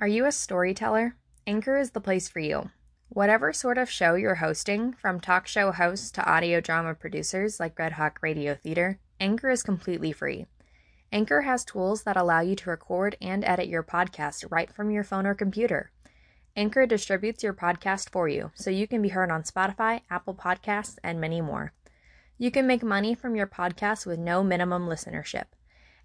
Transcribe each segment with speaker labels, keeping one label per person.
Speaker 1: Are you a storyteller? Anchor is the place for you. Whatever sort of show you're hosting, from talk show hosts to audio drama producers like Red Hawk Radio Theater, Anchor is completely free. Anchor has tools that allow you to record and edit your podcast right from your phone or computer. Anchor distributes your podcast for you, so you can be heard on Spotify, Apple Podcasts, and many more. You can make money from your podcast with no minimum listenership.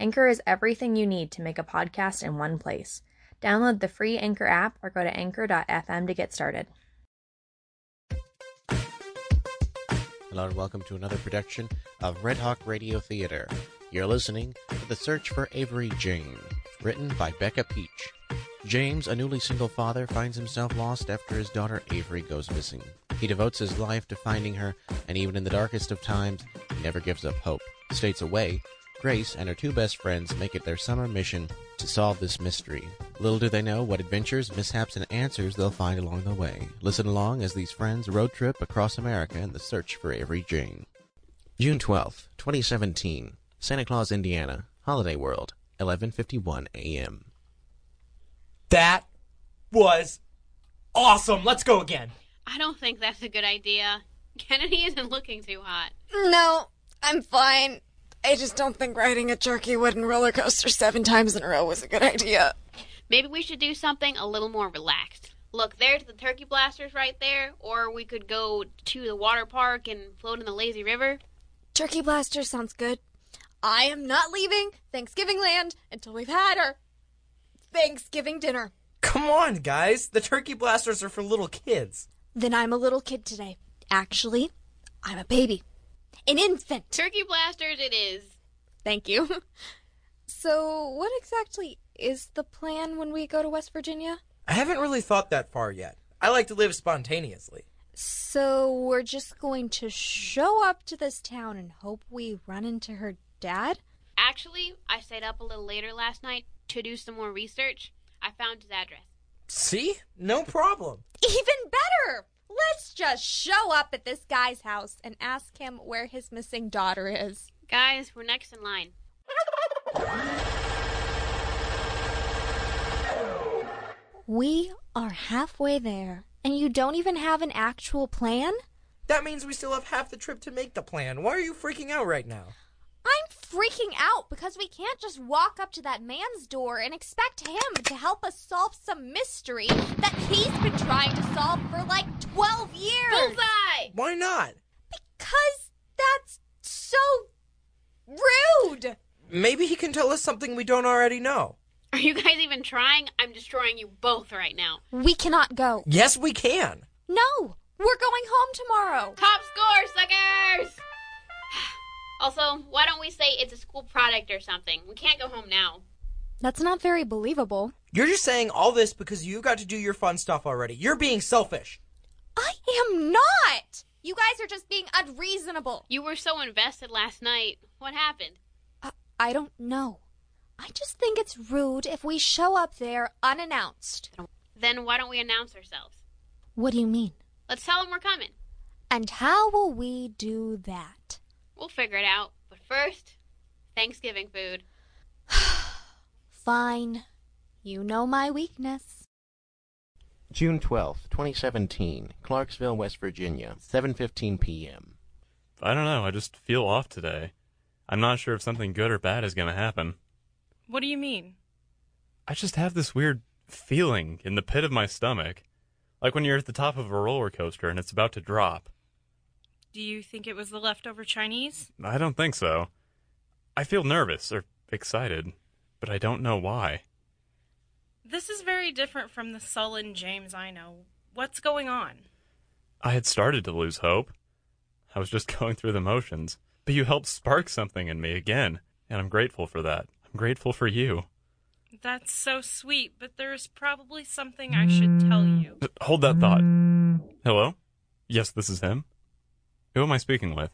Speaker 1: Anchor is everything you need to make a podcast in one place. Download the free Anchor app or go to anchor.fm to get started.
Speaker 2: Hello and welcome to another production of Red Hawk Radio Theater. You're listening to The Search for Avery Jane, written by Becca Peach. James, a newly single father, finds himself lost after his daughter Avery goes missing. He devotes his life to finding her, and even in the darkest of times, he never gives up hope. States away, Grace and her two best friends make it their summer mission to solve this mystery. Little do they know what adventures, mishaps, and answers they'll find along the way. Listen along as these friends road trip across America in the search for Avery Jane. June 12th, 2017, Santa Claus, Indiana, Holiday World, 11:51 a.m.
Speaker 3: That was awesome. Let's go again.
Speaker 4: I don't think that's a good idea. Kennedy isn't looking too hot.
Speaker 5: No, I'm fine. I just don't think riding a jerky wooden roller coaster seven times in a row was a good idea.
Speaker 4: Maybe we should do something a little more relaxed. Look, there's the turkey blasters right there, or we could go to the water park and float in the lazy river.
Speaker 5: Turkey blaster sounds good. I am not leaving Thanksgiving land until we've had her Thanksgiving dinner.
Speaker 3: Come on, guys. The turkey blasters are for little kids.
Speaker 5: Then I'm a little kid today. Actually, I'm a baby. An infant.
Speaker 4: Turkey blasters it is.
Speaker 5: Thank you. So, what exactly is the plan when we go to West Virginia?
Speaker 3: I haven't really thought that far yet. I like to live spontaneously.
Speaker 5: So, we're just going to show up to this town and hope we run into her dad?
Speaker 4: Actually, I stayed up a little later last night to do some more research. I found his address.
Speaker 3: See? No problem.
Speaker 5: Even better! Let's just show up at this guy's house and ask him where his missing daughter is.
Speaker 4: Guys, we're next in line.
Speaker 5: We are halfway there, and you don't even have an actual plan?
Speaker 3: That means we still have half the trip to make the plan. Why are you freaking out right now?
Speaker 5: I'm freaking out because we can't just walk up to that man's door and expect him to help us solve some mystery that he's been trying to solve for like 12 years.
Speaker 4: Bullseye!
Speaker 3: Why not?
Speaker 5: Because that's so rude.
Speaker 3: Maybe he can tell us something we don't already know.
Speaker 4: Are you guys even trying? I'm destroying you both right now.
Speaker 5: We cannot go.
Speaker 3: Yes, we can.
Speaker 5: No, we're going home tomorrow.
Speaker 4: Top score, suckers! Also, why don't we say it's a school product or something? We can't go home now.
Speaker 5: That's not very believable.
Speaker 3: You're just saying all this because you got to do your fun stuff already. You're being selfish.
Speaker 5: I am not. You guys are just being unreasonable.
Speaker 4: You were so invested last night. What happened?
Speaker 5: I, I don't know. I just think it's rude if we show up there unannounced.
Speaker 4: Then why don't we announce ourselves?
Speaker 5: What do you mean?
Speaker 4: Let's tell them we're coming.
Speaker 5: And how will we do that?
Speaker 4: We'll figure it out. But first, Thanksgiving food.
Speaker 5: Fine. You know my weakness.
Speaker 2: June 12th, 2017, Clarksville, West Virginia, 7:15 p.m.
Speaker 6: I don't know. I just feel off today. I'm not sure if something good or bad is going to happen.
Speaker 7: What do you mean?
Speaker 6: I just have this weird feeling in the pit of my stomach. Like when you're at the top of a roller coaster and it's about to drop.
Speaker 7: Do you think it was the leftover Chinese?
Speaker 6: I don't think so. I feel nervous or excited, but I don't know why.
Speaker 7: This is very different from the sullen James I know. What's going on?
Speaker 6: I had started to lose hope. I was just going through the motions. But you helped spark something in me again, and I'm grateful for that. I'm grateful for you.
Speaker 7: That's so sweet, but there is probably something I should tell you.
Speaker 6: But hold that thought. Hello? Yes, this is him. Who am I speaking with?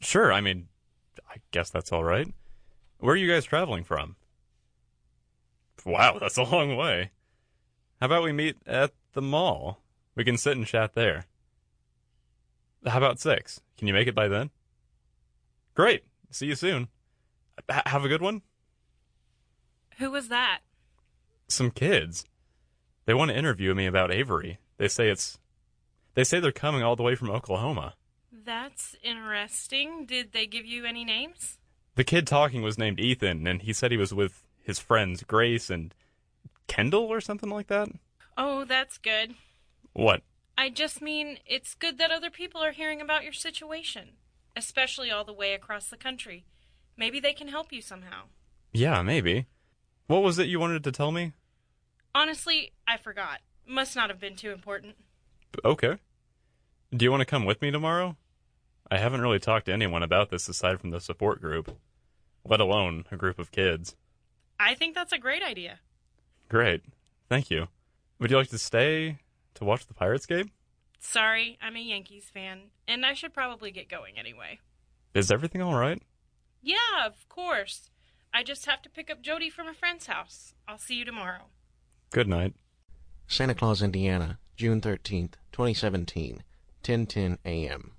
Speaker 6: Sure, I mean, I guess that's all right. Where are you guys traveling from? Wow, that's a long way. How about we meet at the mall? We can sit and chat there. How about six? Can you make it by then? Great. See you soon. H- have a good one.
Speaker 7: Who was that?
Speaker 6: some kids. They want to interview me about Avery. They say it's. They say they're coming all the way from Oklahoma.
Speaker 7: That's interesting. Did they give you any names?
Speaker 6: The kid talking was named Ethan, and he said he was with his friends Grace and Kendall or something like that.
Speaker 7: Oh, that's good.
Speaker 6: What?
Speaker 7: I just mean it's good that other people are hearing about your situation, especially all the way across the country. Maybe they can help you somehow.
Speaker 6: Yeah, maybe. What was it you wanted to tell me?
Speaker 7: Honestly, I forgot. Must not have been too important.
Speaker 6: Okay. Do you want to come with me tomorrow? I haven't really talked to anyone about this aside from the support group, let alone a group of kids.
Speaker 7: I think that's a great idea.
Speaker 6: Great. Thank you. Would you like to stay to watch the Pirates game?
Speaker 7: Sorry, I'm a Yankees fan, and I should probably get going anyway.
Speaker 6: Is everything all right?
Speaker 7: Yeah, of course. I just have to pick up Jody from a friend's house. I'll see you tomorrow.
Speaker 6: Good night.
Speaker 2: Santa Claus, Indiana, June 13th, 2017, 10:10 a.m.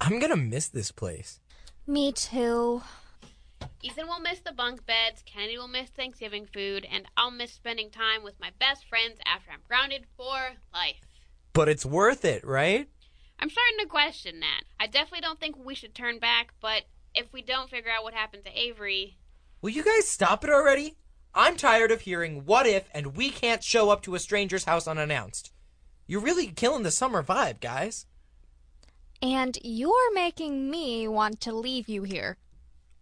Speaker 3: I'm gonna miss this place.
Speaker 5: Me too.
Speaker 4: Ethan will miss the bunk beds, Kennedy will miss Thanksgiving food, and I'll miss spending time with my best friends after I'm grounded for life.
Speaker 3: But it's worth it, right?
Speaker 4: I'm starting to question that. I definitely don't think we should turn back, but if we don't figure out what happened to Avery,
Speaker 3: Will you guys stop it already? I'm tired of hearing what if and we can't show up to a stranger's house unannounced. You're really killing the summer vibe, guys.
Speaker 5: And you're making me want to leave you here.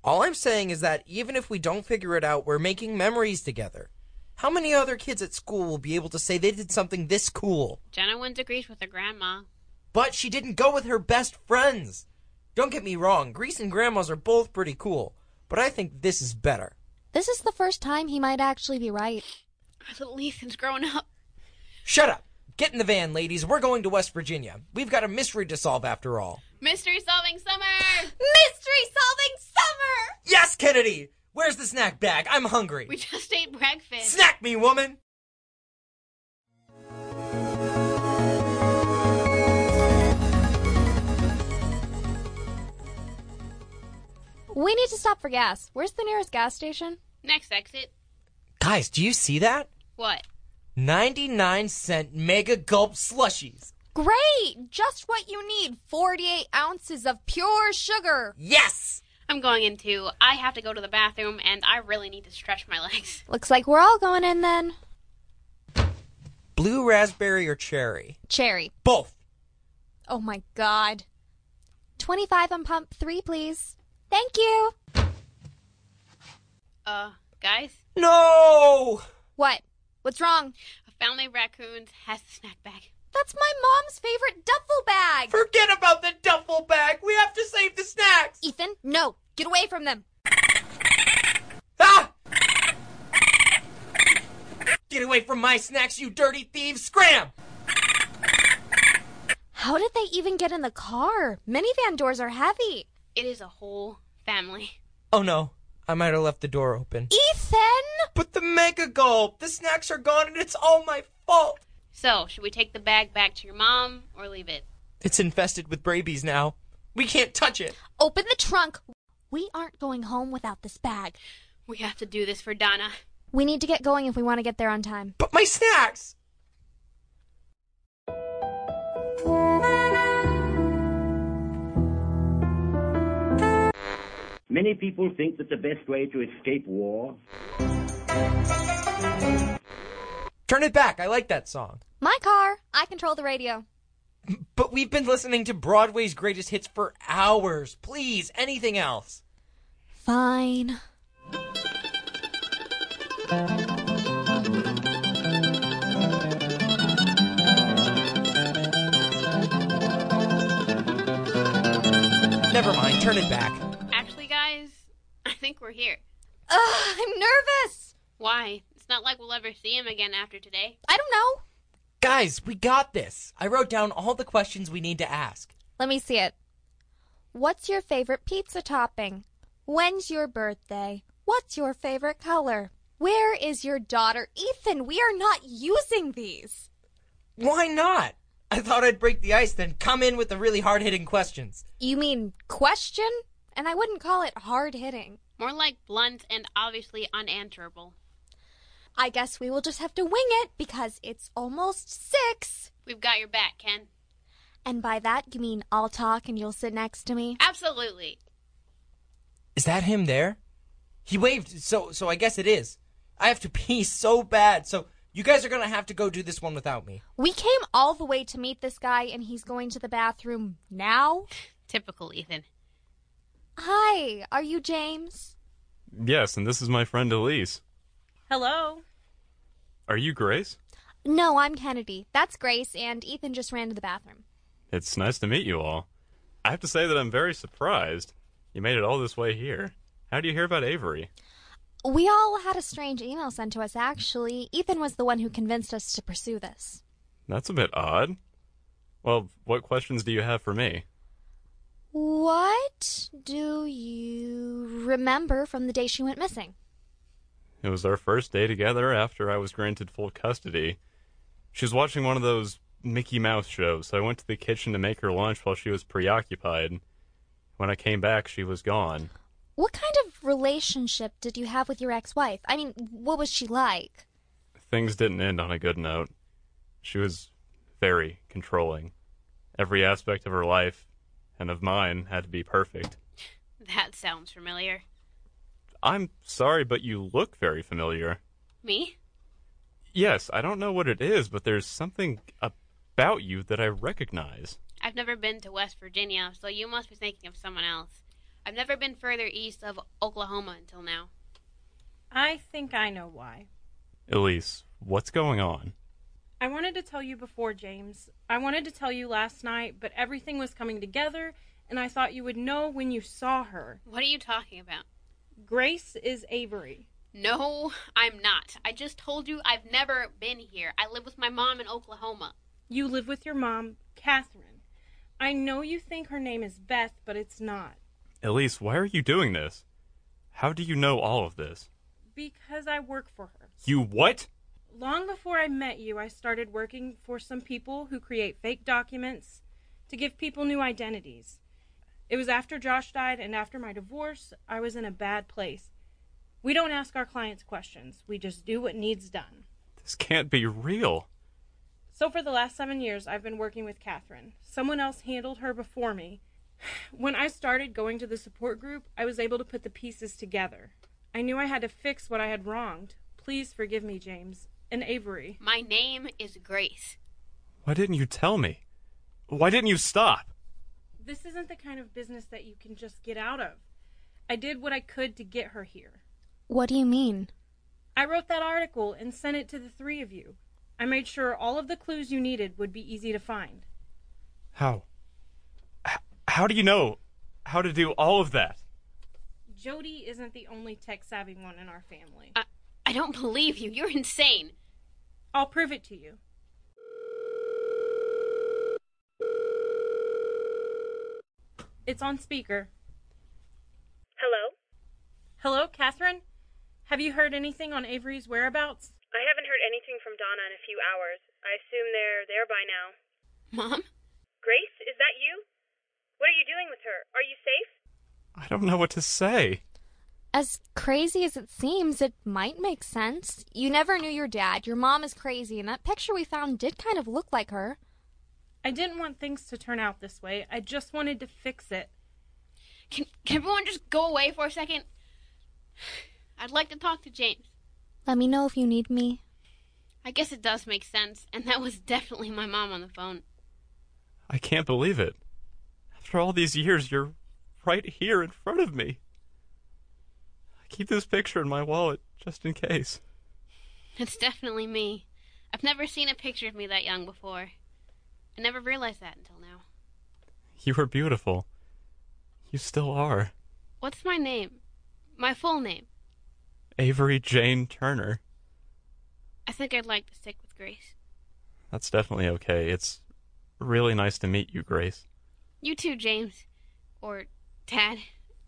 Speaker 3: All I'm saying is that even if we don't figure it out, we're making memories together. How many other kids at school will be able to say they did something this cool?
Speaker 4: Jenna went to Greece with her grandma.
Speaker 3: But she didn't go with her best friends. Don't get me wrong, Grease and grandmas are both pretty cool, but I think this is better.
Speaker 5: This is the first time he might actually be right.
Speaker 4: That's what Ethan's grown up.
Speaker 3: Shut up! Get in the van, ladies. We're going to West Virginia. We've got a mystery to solve after all.
Speaker 4: Mystery solving summer!
Speaker 5: Mystery solving summer!
Speaker 3: Yes, Kennedy! Where's the snack bag? I'm hungry.
Speaker 4: We just ate breakfast.
Speaker 3: Snack me, woman!
Speaker 5: We need to stop for gas. Where's the nearest gas station?
Speaker 4: Next exit.
Speaker 3: Guys, do you see that?
Speaker 4: What?
Speaker 3: 99 cent mega gulp slushies.
Speaker 5: Great! Just what you need 48 ounces of pure sugar.
Speaker 3: Yes!
Speaker 4: I'm going in too. I have to go to the bathroom and I really need to stretch my legs.
Speaker 5: Looks like we're all going in then.
Speaker 3: Blue raspberry or cherry?
Speaker 5: Cherry.
Speaker 3: Both.
Speaker 5: Oh my god. 25 on pump 3, please. Thank you.
Speaker 4: Uh, guys,
Speaker 3: No!
Speaker 5: What? What's wrong?
Speaker 4: a family of raccoons has the snack bag.
Speaker 5: That's my mom's favorite duffel bag.
Speaker 3: Forget about the duffel bag! We have to save the snacks!
Speaker 5: Ethan, no. Get away from them.
Speaker 3: Ah! Get away from my snacks, you dirty thieves! Scram!
Speaker 5: How did they even get in the car? Minivan doors are heavy.
Speaker 4: It is a whole family.
Speaker 3: Oh no, I might have left the door open.
Speaker 5: Ethan!
Speaker 3: But the mega gulp! The snacks are gone and it's all my fault!
Speaker 4: So, should we take the bag back to your mom or leave it?
Speaker 3: It's infested with rabies now. We can't touch it!
Speaker 5: Open the trunk. We aren't going home without this bag.
Speaker 4: We have to do this for Donna.
Speaker 5: We need to get going if we want to get there on time.
Speaker 3: But my snacks!
Speaker 8: Many people think that the best way to escape war
Speaker 3: Turn it back, I like that song.
Speaker 5: My car. I control the radio.
Speaker 3: But we've been listening to Broadway's greatest hits for hours. Please, anything else?
Speaker 5: Fine.
Speaker 3: Never mind, turn it back.
Speaker 4: Actually, guys, I think we're here.
Speaker 5: Ugh, I'm nervous.
Speaker 4: Why? It's not like we'll ever see him again after today.
Speaker 5: I don't know.
Speaker 3: Guys, we got this. I wrote down all the questions we need to ask.
Speaker 5: Let me see it. What's your favorite pizza topping? When's your birthday? What's your favorite color? Where is your daughter? Ethan, we are not using these.
Speaker 3: Why not? I thought I'd break the ice, then come in with the really hard hitting questions.
Speaker 5: You mean question? And I wouldn't call it hard hitting.
Speaker 4: More like blunt and obviously unanswerable.
Speaker 5: I guess we will just have to wing it because it's almost six.
Speaker 4: We've got your back, Ken.
Speaker 5: And by that, you mean I'll talk and you'll sit next to me?
Speaker 4: Absolutely.
Speaker 3: Is that him there? He waved, so so I guess it is. I have to pee so bad, so you guys are gonna have to go do this one without me.
Speaker 5: We came all the way to meet this guy and he's going to the bathroom now?
Speaker 4: Typical Ethan.
Speaker 5: Hi, are you James?
Speaker 6: Yes, and this is my friend Elise.
Speaker 7: Hello.
Speaker 6: Are you Grace?
Speaker 5: No, I'm Kennedy. That's Grace, and Ethan just ran to the bathroom.
Speaker 6: It's nice to meet you all. I have to say that I'm very surprised you made it all this way here. How do you hear about Avery?
Speaker 5: We all had a strange email sent to us, actually. Ethan was the one who convinced us to pursue this.
Speaker 6: That's a bit odd. Well, what questions do you have for me?
Speaker 5: What do you remember from the day she went missing?
Speaker 6: It was our first day together after I was granted full custody. She was watching one of those Mickey Mouse shows, so I went to the kitchen to make her lunch while she was preoccupied. When I came back, she was gone.
Speaker 5: What kind of relationship did you have with your ex wife? I mean, what was she like?
Speaker 6: Things didn't end on a good note. She was very controlling. Every aspect of her life and of mine had to be perfect.
Speaker 4: That sounds familiar.
Speaker 6: I'm sorry, but you look very familiar.
Speaker 4: Me?
Speaker 6: Yes, I don't know what it is, but there's something about you that I recognize.
Speaker 4: I've never been to West Virginia, so you must be thinking of someone else. I've never been further east of Oklahoma until now.
Speaker 7: I think I know why.
Speaker 6: Elise, what's going on?
Speaker 7: I wanted to tell you before, James. I wanted to tell you last night, but everything was coming together, and I thought you would know when you saw her.
Speaker 4: What are you talking about?
Speaker 7: Grace is Avery.
Speaker 4: No, I'm not. I just told you I've never been here. I live with my mom in Oklahoma.
Speaker 7: You live with your mom, Catherine. I know you think her name is Beth, but it's not.
Speaker 6: Elise, why are you doing this? How do you know all of this?
Speaker 7: Because I work for her.
Speaker 6: You what?
Speaker 7: Long before I met you, I started working for some people who create fake documents to give people new identities. It was after Josh died and after my divorce, I was in a bad place. We don't ask our clients questions, we just do what needs done.
Speaker 6: This can't be real.
Speaker 7: So, for the last seven years, I've been working with Catherine. Someone else handled her before me. When I started going to the support group, I was able to put the pieces together. I knew I had to fix what I had wronged. Please forgive me, James and Avery.
Speaker 4: My name is Grace.
Speaker 6: Why didn't you tell me? Why didn't you stop?
Speaker 7: This isn't the kind of business that you can just get out of. I did what I could to get her here.
Speaker 5: What do you mean?
Speaker 7: I wrote that article and sent it to the three of you. I made sure all of the clues you needed would be easy to find.
Speaker 6: How? H- how do you know how to do all of that?
Speaker 7: Jody isn't the only tech savvy one in our family.
Speaker 4: I, I don't believe you. You're insane.
Speaker 7: I'll prove it to you. It's on speaker.
Speaker 9: Hello?
Speaker 7: Hello, Catherine? Have you heard anything on Avery's whereabouts?
Speaker 9: I haven't heard anything from Donna in a few hours. I assume they're there by now.
Speaker 4: Mom?
Speaker 9: Grace, is that you? What are you doing with her? Are you safe?
Speaker 6: I don't know what to say.
Speaker 5: As crazy as it seems, it might make sense. You never knew your dad. Your mom is crazy, and that picture we found did kind of look like her.
Speaker 7: I didn't want things to turn out this way. I just wanted to fix it.
Speaker 4: Can, can everyone just go away for a second? I'd like to talk to James.
Speaker 5: Let me know if you need me.
Speaker 4: I guess it does make sense, and that was definitely my mom on the phone.
Speaker 6: I can't believe it. After all these years, you're right here in front of me. I keep this picture in my wallet just in case.
Speaker 4: It's definitely me. I've never seen a picture of me that young before. I never realized that until now.
Speaker 6: You were beautiful. You still are.
Speaker 4: What's my name? My full name.
Speaker 6: Avery Jane Turner.
Speaker 4: I think I'd like to stick with Grace.
Speaker 6: That's definitely okay. It's really nice to meet you, Grace.
Speaker 4: You too, James. Or Dad.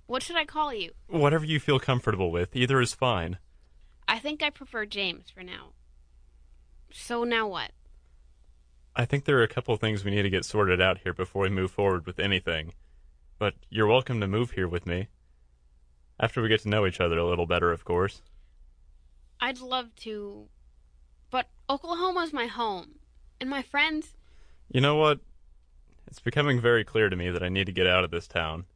Speaker 4: What should I call you?
Speaker 6: Whatever you feel comfortable with, either is fine.
Speaker 4: I think I prefer James for now. So now what?
Speaker 6: I think there are a couple of things we need to get sorted out here before we move forward with anything. But you're welcome to move here with me. After we get to know each other a little better, of course.
Speaker 4: I'd love to, but Oklahoma's my home, and my friends.
Speaker 6: You know what? It's becoming very clear to me that I need to get out of this town.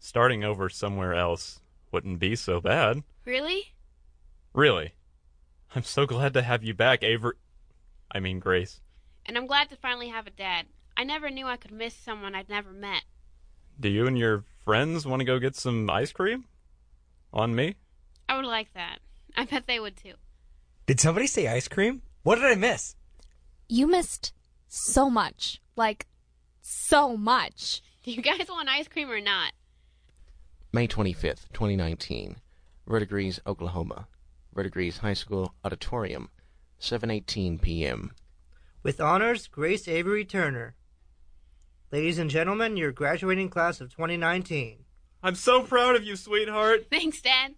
Speaker 6: Starting over somewhere else wouldn't be so bad.
Speaker 4: Really?
Speaker 6: Really. I'm so glad to have you back, Avery. I mean, Grace.
Speaker 4: And I'm glad to finally have a dad. I never knew I could miss someone I'd never met.
Speaker 6: Do you and your friends want to go get some ice cream? On me?
Speaker 4: I would like that. I bet they would too.
Speaker 3: Did somebody say ice cream? What did I miss?
Speaker 5: You missed so much. Like, so much.
Speaker 4: Do you guys want ice cream or not?
Speaker 2: May 25th, 2019, Verdigris, Oklahoma. Verdigris High School Auditorium, 7:18 p.m.
Speaker 10: With honors, Grace Avery Turner. Ladies and gentlemen, your graduating class of 2019.
Speaker 6: I'm so proud of you, sweetheart.
Speaker 4: Thanks, Dad.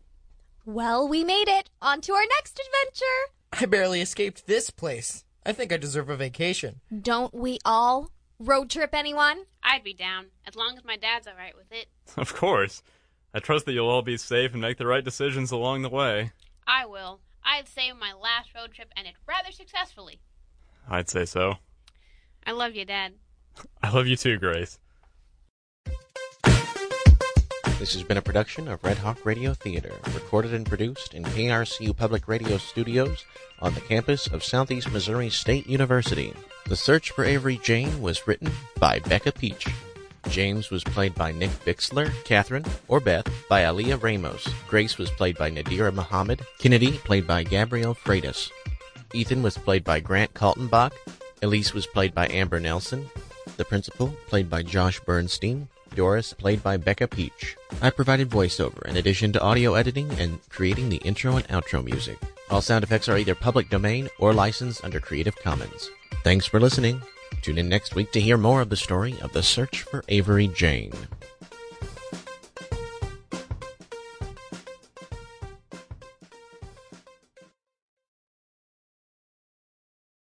Speaker 5: Well, we made it. On to our next adventure.
Speaker 3: I barely escaped this place. I think I deserve a vacation.
Speaker 5: Don't we all? Road trip, anyone?
Speaker 4: I'd be down, as long as my dad's alright with it.
Speaker 6: Of course. I trust that you'll all be safe and make the right decisions along the way.
Speaker 4: I will. I'd say my last road trip ended rather successfully.
Speaker 6: I'd say so.
Speaker 4: I love you, Dad.
Speaker 6: I love you too, Grace.
Speaker 2: This has been a production of Red Hawk Radio Theater, recorded and produced in KRCU Public Radio Studios on the campus of Southeast Missouri State University. The Search for Avery Jane was written by Becca Peach. James was played by Nick Bixler, Catherine, or Beth, by Aliyah Ramos. Grace was played by Nadira Muhammad. Kennedy played by Gabrielle Freitas. Ethan was played by Grant Kaltenbach. Elise was played by Amber Nelson. The principal, played by Josh Bernstein. Doris, played by Becca Peach. I provided voiceover in addition to audio editing and creating the intro and outro music. All sound effects are either public domain or licensed under Creative Commons. Thanks for listening. Tune in next week to hear more of the story of the search for Avery Jane.